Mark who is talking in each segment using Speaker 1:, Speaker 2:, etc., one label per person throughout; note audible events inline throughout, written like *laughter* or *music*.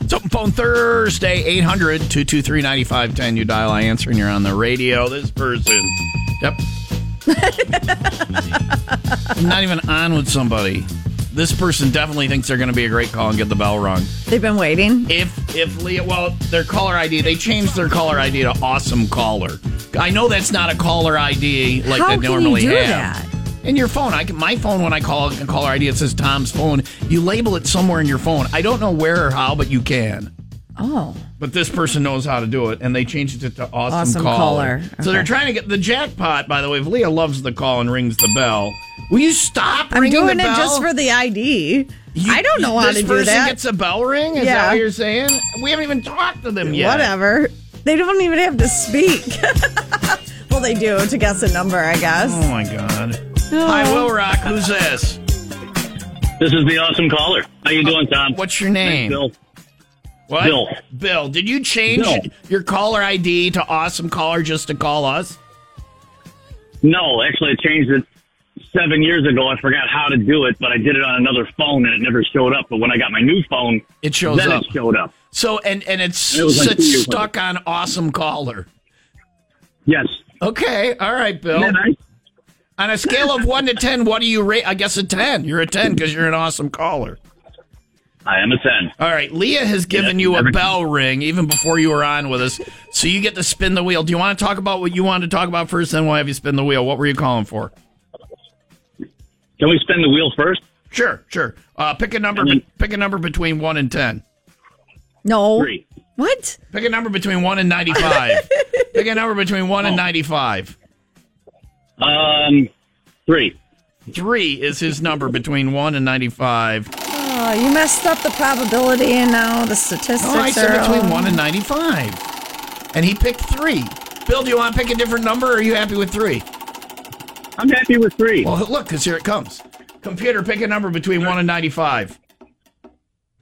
Speaker 1: It's Open Phone Thursday, 800 223 9510. You dial, I answer, and you're on the radio. This person. Yep. I'm not even on with somebody. This person definitely thinks they're going to be a great call and get the bell rung.
Speaker 2: They've been waiting.
Speaker 1: If, if Leah, well, their caller ID, they changed their caller ID to Awesome Caller. I know that's not a caller ID like
Speaker 2: How
Speaker 1: they
Speaker 2: can
Speaker 1: normally
Speaker 2: you do
Speaker 1: have
Speaker 2: that?
Speaker 1: in your phone. I can, my phone when I call a caller ID, it says Tom's phone. You label it somewhere in your phone. I don't know where or how, but you can.
Speaker 2: Oh,
Speaker 1: But this person knows how to do it, and they changed it to awesome,
Speaker 2: Awesome
Speaker 1: caller.
Speaker 2: caller.
Speaker 1: So they're
Speaker 2: Okay.
Speaker 1: trying to get the jackpot. By the way, if Leah loves the call and rings the bell, will you stop
Speaker 2: I'm
Speaker 1: ringing the
Speaker 2: doing it
Speaker 1: bell?
Speaker 2: just for the ID.
Speaker 1: You-
Speaker 2: I don't know how
Speaker 1: this
Speaker 2: to do
Speaker 1: person
Speaker 2: that.
Speaker 1: Gets a bell ring. Is that
Speaker 2: Yeah.
Speaker 1: what you're saying? We haven't even talked to them yet.
Speaker 2: Whatever. They don't even have to speak. *laughs* well, they do to guess a number, I guess.
Speaker 1: Oh my god.
Speaker 2: Oh.
Speaker 1: Hi, Will Rock. Who's this?
Speaker 3: This is the awesome caller. How you doing, Tom?
Speaker 1: What's your name?
Speaker 3: Bill?
Speaker 1: What?
Speaker 3: Bill.
Speaker 1: Bill, did you change
Speaker 3: Bill.
Speaker 1: your caller ID to awesome caller just to call us?
Speaker 3: No, actually, I changed it seven years ago. I forgot how to do it, but I did it on another phone and it never showed up. But when I got my new phone,
Speaker 1: It shows
Speaker 3: then
Speaker 1: up.
Speaker 3: it showed up.
Speaker 1: So and and it's
Speaker 3: It was like
Speaker 1: so
Speaker 3: two
Speaker 1: it's
Speaker 3: years
Speaker 1: stuck on awesome caller.
Speaker 3: Yes.
Speaker 1: Okay, all right, Bill.
Speaker 3: Isn't that nice?
Speaker 1: *laughs* On a scale of one to ten, what do you rate? I guess a ten. You're a ten because you're an awesome caller.
Speaker 3: I am a 10.
Speaker 1: All right, Leah has given
Speaker 3: Yeah,
Speaker 1: you a
Speaker 3: never-
Speaker 1: bell ring even before you were on with us, so you get to spin the wheel. Do you want to talk about what you wanted to talk about first? Then we'll have you spin the wheel. What were you calling for?
Speaker 3: Can we spin the wheel first?
Speaker 1: Sure, sure. Uh, pick a number.
Speaker 3: And then-
Speaker 1: pick a number between one and ten.
Speaker 2: No.
Speaker 3: Three.
Speaker 2: What?
Speaker 1: Pick a number between one and ninety-five. pick a number between one and ninety-five.
Speaker 3: Um, three.
Speaker 1: Three is his number between one and ninety-five.
Speaker 2: Oh, you messed up the probability, and now the statistics
Speaker 1: No, I
Speaker 2: are
Speaker 1: said between
Speaker 2: all-
Speaker 1: one and ninety-five, and he picked three. Bill, do you want to pick a different number, or are you happy with three?
Speaker 3: I'm happy with three.
Speaker 1: Well, look, because here it comes. Computer, pick a number between one and ninety-five.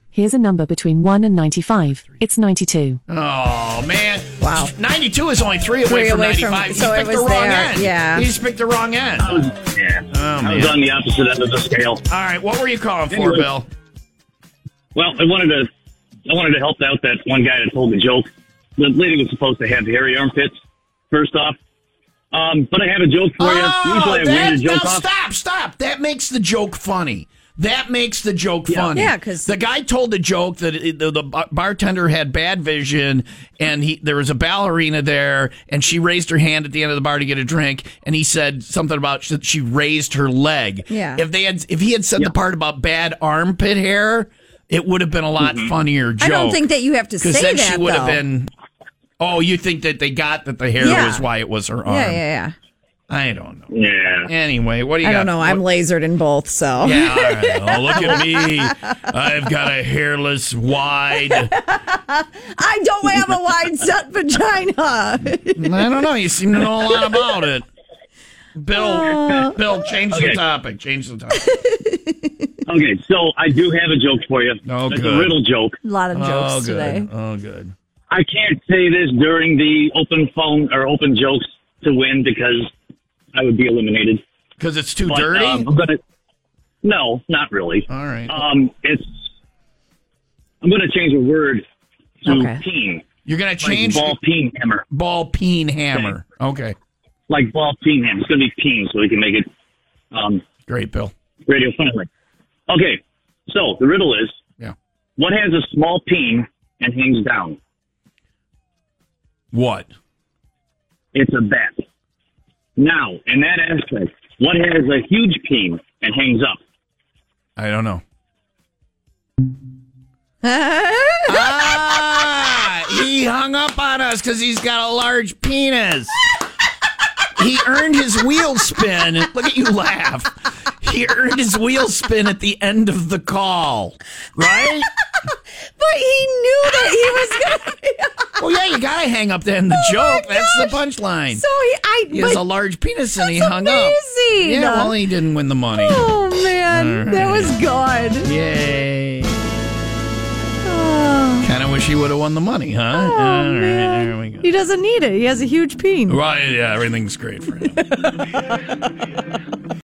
Speaker 4: Here's a number between 1 and 95. It's 92.
Speaker 1: Oh man!
Speaker 2: Wow.
Speaker 1: ninety-two is only three away
Speaker 2: Three
Speaker 1: from
Speaker 2: away from-
Speaker 1: ninety-five.
Speaker 2: so
Speaker 1: he
Speaker 2: it
Speaker 1: picked the
Speaker 2: was
Speaker 1: wrong
Speaker 2: there,
Speaker 1: end.
Speaker 2: yeah.
Speaker 1: he just picked the wrong end.
Speaker 3: I was, yeah. I was
Speaker 1: oh, man.
Speaker 3: on the opposite end of the scale.
Speaker 1: All right, what were you calling for,
Speaker 3: Anyway.
Speaker 1: Bill?
Speaker 3: Well, I wanted to, I wanted to help out that one guy that told the joke. The lady was supposed to have hairy armpits. First off, um, but I have a joke for you. Usually, I
Speaker 1: Oh, that-
Speaker 3: win a joke
Speaker 1: no,
Speaker 3: off.
Speaker 1: stop, stop. That makes the joke funny. That makes the joke funny.
Speaker 2: Yeah, 'cause-
Speaker 1: the guy told the joke that it, the, the bar- bartender had bad vision, and he there was a ballerina there, and she raised her hand at the end of the bar to get a drink, and he said something about sh- she raised her leg.
Speaker 2: Yeah.
Speaker 1: If they had, if he had said
Speaker 3: Yeah.
Speaker 1: the part about bad armpit hair, it would have been a lot
Speaker 3: Mm-hmm.
Speaker 1: funnier joke.
Speaker 2: I don't think that you have to say
Speaker 1: because then
Speaker 2: that.
Speaker 1: she would
Speaker 2: though.
Speaker 1: have been. Oh, you think that they got that the hair
Speaker 2: Yeah.
Speaker 1: was why it was her arm?
Speaker 2: Yeah, yeah,
Speaker 1: I don't know.
Speaker 3: Yeah.
Speaker 1: Anyway, what do you
Speaker 2: yeah. I
Speaker 1: got?
Speaker 2: don't know. I'm
Speaker 1: What-
Speaker 2: lasered in both, so.
Speaker 1: yeah, all right.
Speaker 2: *laughs*
Speaker 1: Well, look at me. I've got a hairless, wide. I
Speaker 2: I don't have a wide
Speaker 1: *laughs*
Speaker 2: set vagina.
Speaker 1: don't know. You seem to know a lot about it. Bill,
Speaker 2: Oh.
Speaker 1: Bill, change the
Speaker 3: Okay.
Speaker 1: topic. Change the
Speaker 2: *laughs*
Speaker 1: topic.
Speaker 3: Okay, so I do have a joke for you.
Speaker 1: Oh,
Speaker 3: it's
Speaker 1: good.
Speaker 3: a riddle joke.
Speaker 2: a lot of jokes
Speaker 1: oh, good.
Speaker 2: today.
Speaker 1: Oh, good.
Speaker 3: I can't say this during the open phone or open jokes to win because I would be eliminated.
Speaker 1: Because it's too
Speaker 3: But,
Speaker 1: dirty.
Speaker 3: um, I'm gonna. No, not really.
Speaker 1: All right.
Speaker 3: Um, it's. I'm gonna change a word to
Speaker 2: Okay.
Speaker 3: peen,
Speaker 1: You're gonna
Speaker 3: like
Speaker 1: change
Speaker 3: ball peen hammer,
Speaker 1: ball peen hammer. Okay.
Speaker 3: like ball peen hammer. It's gonna be peen, so we can make it um,
Speaker 1: Great, Bill.
Speaker 3: radio friendly. Okay, so the riddle is:
Speaker 1: Yeah.
Speaker 3: what has a small peen and hangs down?
Speaker 1: What?
Speaker 3: It's a bat. Now, in that aspect, what has a huge peen and hangs up?
Speaker 1: I don't
Speaker 2: *laughs*
Speaker 1: know. Ah, he hung up on us because he's got a large penis. He earned his wheel spin. *laughs* Look at you laugh. He earned his wheel spin at the end of the call, right?
Speaker 2: but he knew that
Speaker 1: *laughs*
Speaker 2: he was going to.
Speaker 1: Well, yeah, you gotta hang up then the
Speaker 2: Oh my
Speaker 1: joke. That's the
Speaker 2: gosh.
Speaker 1: punchline.
Speaker 2: So he, I.
Speaker 1: he has
Speaker 2: but-
Speaker 1: a large penis and he
Speaker 2: That's
Speaker 1: hung
Speaker 2: amazing.
Speaker 1: up. Yeah, well, he didn't win the money.
Speaker 2: oh man,
Speaker 1: All
Speaker 2: that
Speaker 1: right.
Speaker 2: was good.
Speaker 1: Yay!
Speaker 2: Oh,
Speaker 1: Kind of wish he would have won the money, huh?
Speaker 2: oh,
Speaker 1: All right,
Speaker 2: man.
Speaker 1: there we go.
Speaker 2: He doesn't need it. He has a huge peen.
Speaker 1: Right? Yeah, everything's great for him.